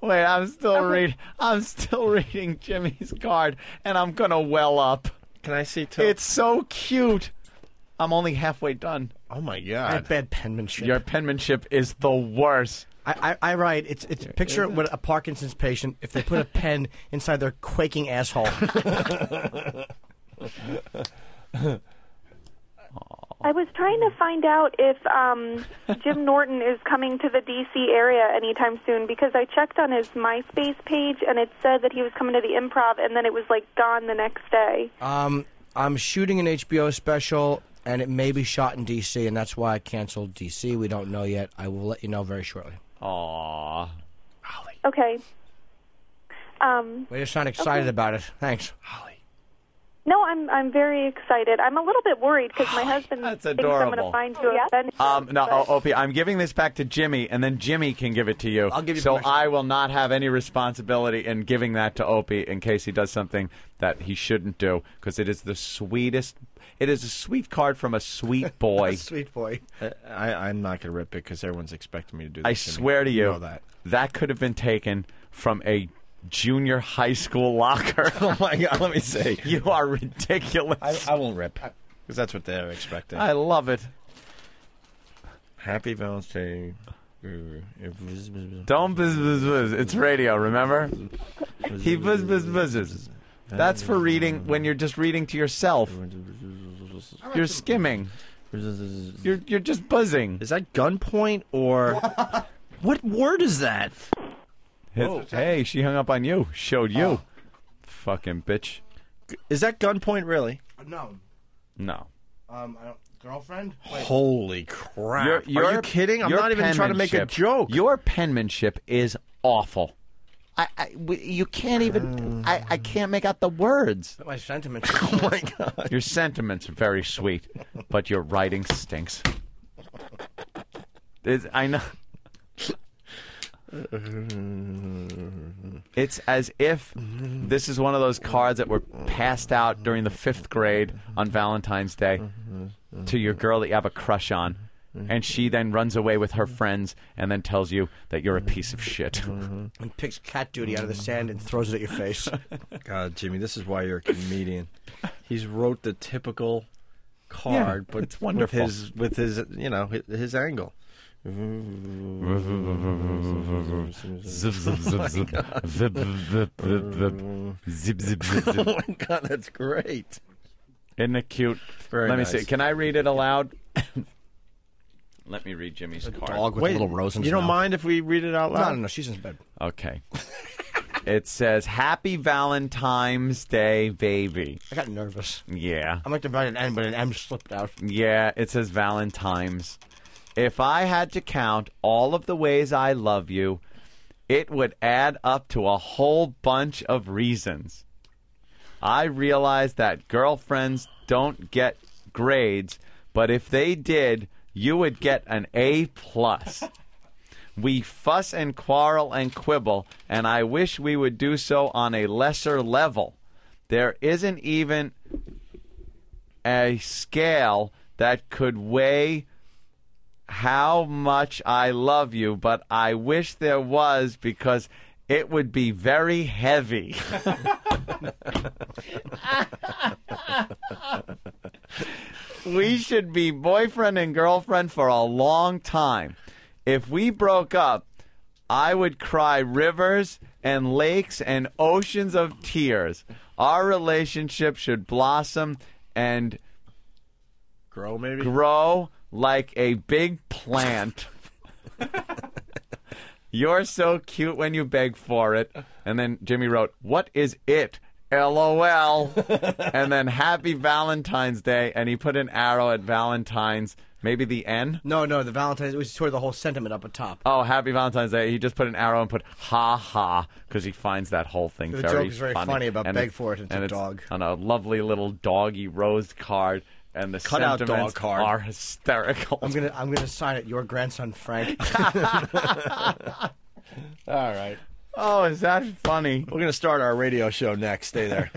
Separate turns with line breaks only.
Wait, I'm still read. I'm still reading Jimmy's card, and I'm gonna well up.
Can I see till?
It's so cute. I'm only halfway done.
oh my
I
god.
have bad penmanship.
Your penmanship is the worst.
I, I, I write. It's it's picture what a Parkinson's patient if they put a pen inside their quaking asshole.
I was trying to find out if um, Jim Norton is coming to the D.C. area anytime soon because I checked on his MySpace page and it said that he was coming to the improv and then it was like gone the next day.
um, I'm shooting an HBO special and it may be shot in DC and that's why I canceled DC. We don't know yet. I will let you know very shortly.
Aww.
Okay. Um,
We just sound excited about it. Thanks.
no, I'm I'm very excited. I'm a little bit worried because my husband
Oh, That's
thinks I'm going
adorable.
to find you a bench.
Um, no,
but-
oh, Opie, I'm giving this back to Jimmy, and then Jimmy can give it to you.
I'll give you
so
permission.
I will not have any responsibility in giving that to Opie in case he does something that he shouldn't do, because it is the sweetest. It is a sweet card from a sweet boy.
Sweet boy.
Uh, I, I'm not gonna rip it because everyone's expecting me to do. This
I
to me.
swear to you,
know that.
that could have been taken from a junior high school locker.
Oh my god. Let me see.
you are ridiculous.
I, I won't rip because that's what they're expecting.
I love it.
Happy Valentine's Day. Don't.
Don't buzz buzz buzz. It's radio, remember? He buzz buzz buzzes. That's for reading when you're just reading to yourself. You're skimming. You're you're just buzzing.
Is that gunpoint or what word is that? Oh.
Hey, she hung up on you. Showed you. Fucking bitch.
Is that gunpoint really?
No.
No.
Um, I don't, girlfriend.
Holy crap!
Your-
Are
your-
you kidding? I'm
your
not even trying to make a
penmanship-
joke.
Your penmanship is awful. I, I w- you can't even. I, I can't make out the words.
My sentiments.
oh my god!
Your sentiments are very sweet, but your writing stinks. It's, I know. It's as if this is one of those cards that were passed out during the fifth grade on Valentine's Day to your girl that you have a crush on, and she then runs away with her friends and then tells you that you're a piece of shit.
and picks cat duty out of the sand and throws it at your face.
God, Jimmy, this is why you're a comedian. He's wrote the typical card,
Yeah,
but
it's wonderful.
With his, with his, you know, his, his angle.
Zip, zip, zip, zip. Zip, zip, zip, zip. Zip, zip, zip, zip.
Oh my god, that's great.
Isn't it cute?
Very
Let
nice.
me see. Can I read it aloud? Let me read Jimmy's card.
Dog with a little rose in
you
his
don't
mouth.
mind if we read it out
No, no,
loud?
no. She's in bed.
Okay. it says, Happy Valentine's Day, baby.
I got nervous.
Yeah.
I'm like to write an N, but an M slipped out.
Yeah, it says Valentine's. If I had to count all of the ways I love you, it would add up to a whole bunch of reasons. I realize that girlfriends don't get grades, but if they did, you would get an A plus. We fuss and quarrel and quibble, and I wish we would do so on a lesser level. There isn't even a scale that could weigh how much I love you, but I wish there was because it would be very heavy. we should be boyfriend and girlfriend for a long time. If we broke up, I would cry rivers and lakes and oceans of tears. Our relationship should blossom and
Grow maybe.
grow like a big plant. You're so cute when you beg for it. And then Jimmy wrote, What is it? LOL. and then Happy Valentine's Day. And he put an arrow at Valentine's, maybe the N.
No, no. The Valentine's. It was sort of the whole sentiment up at top.
Oh, Happy Valentine's Day. He just put an arrow and put ha ha because he finds that whole thing
The
very
joke is very funny about beg for it, it's a dog.
On a lovely little doggy rose card. And the
Cutout dog
sentiments
card.
are hysterical.
I'm gonna, I'm gonna sign it. Your grandson Frank.
All right.
Oh, is that funny? Oh,
We're gonna start our radio show next. Stay there.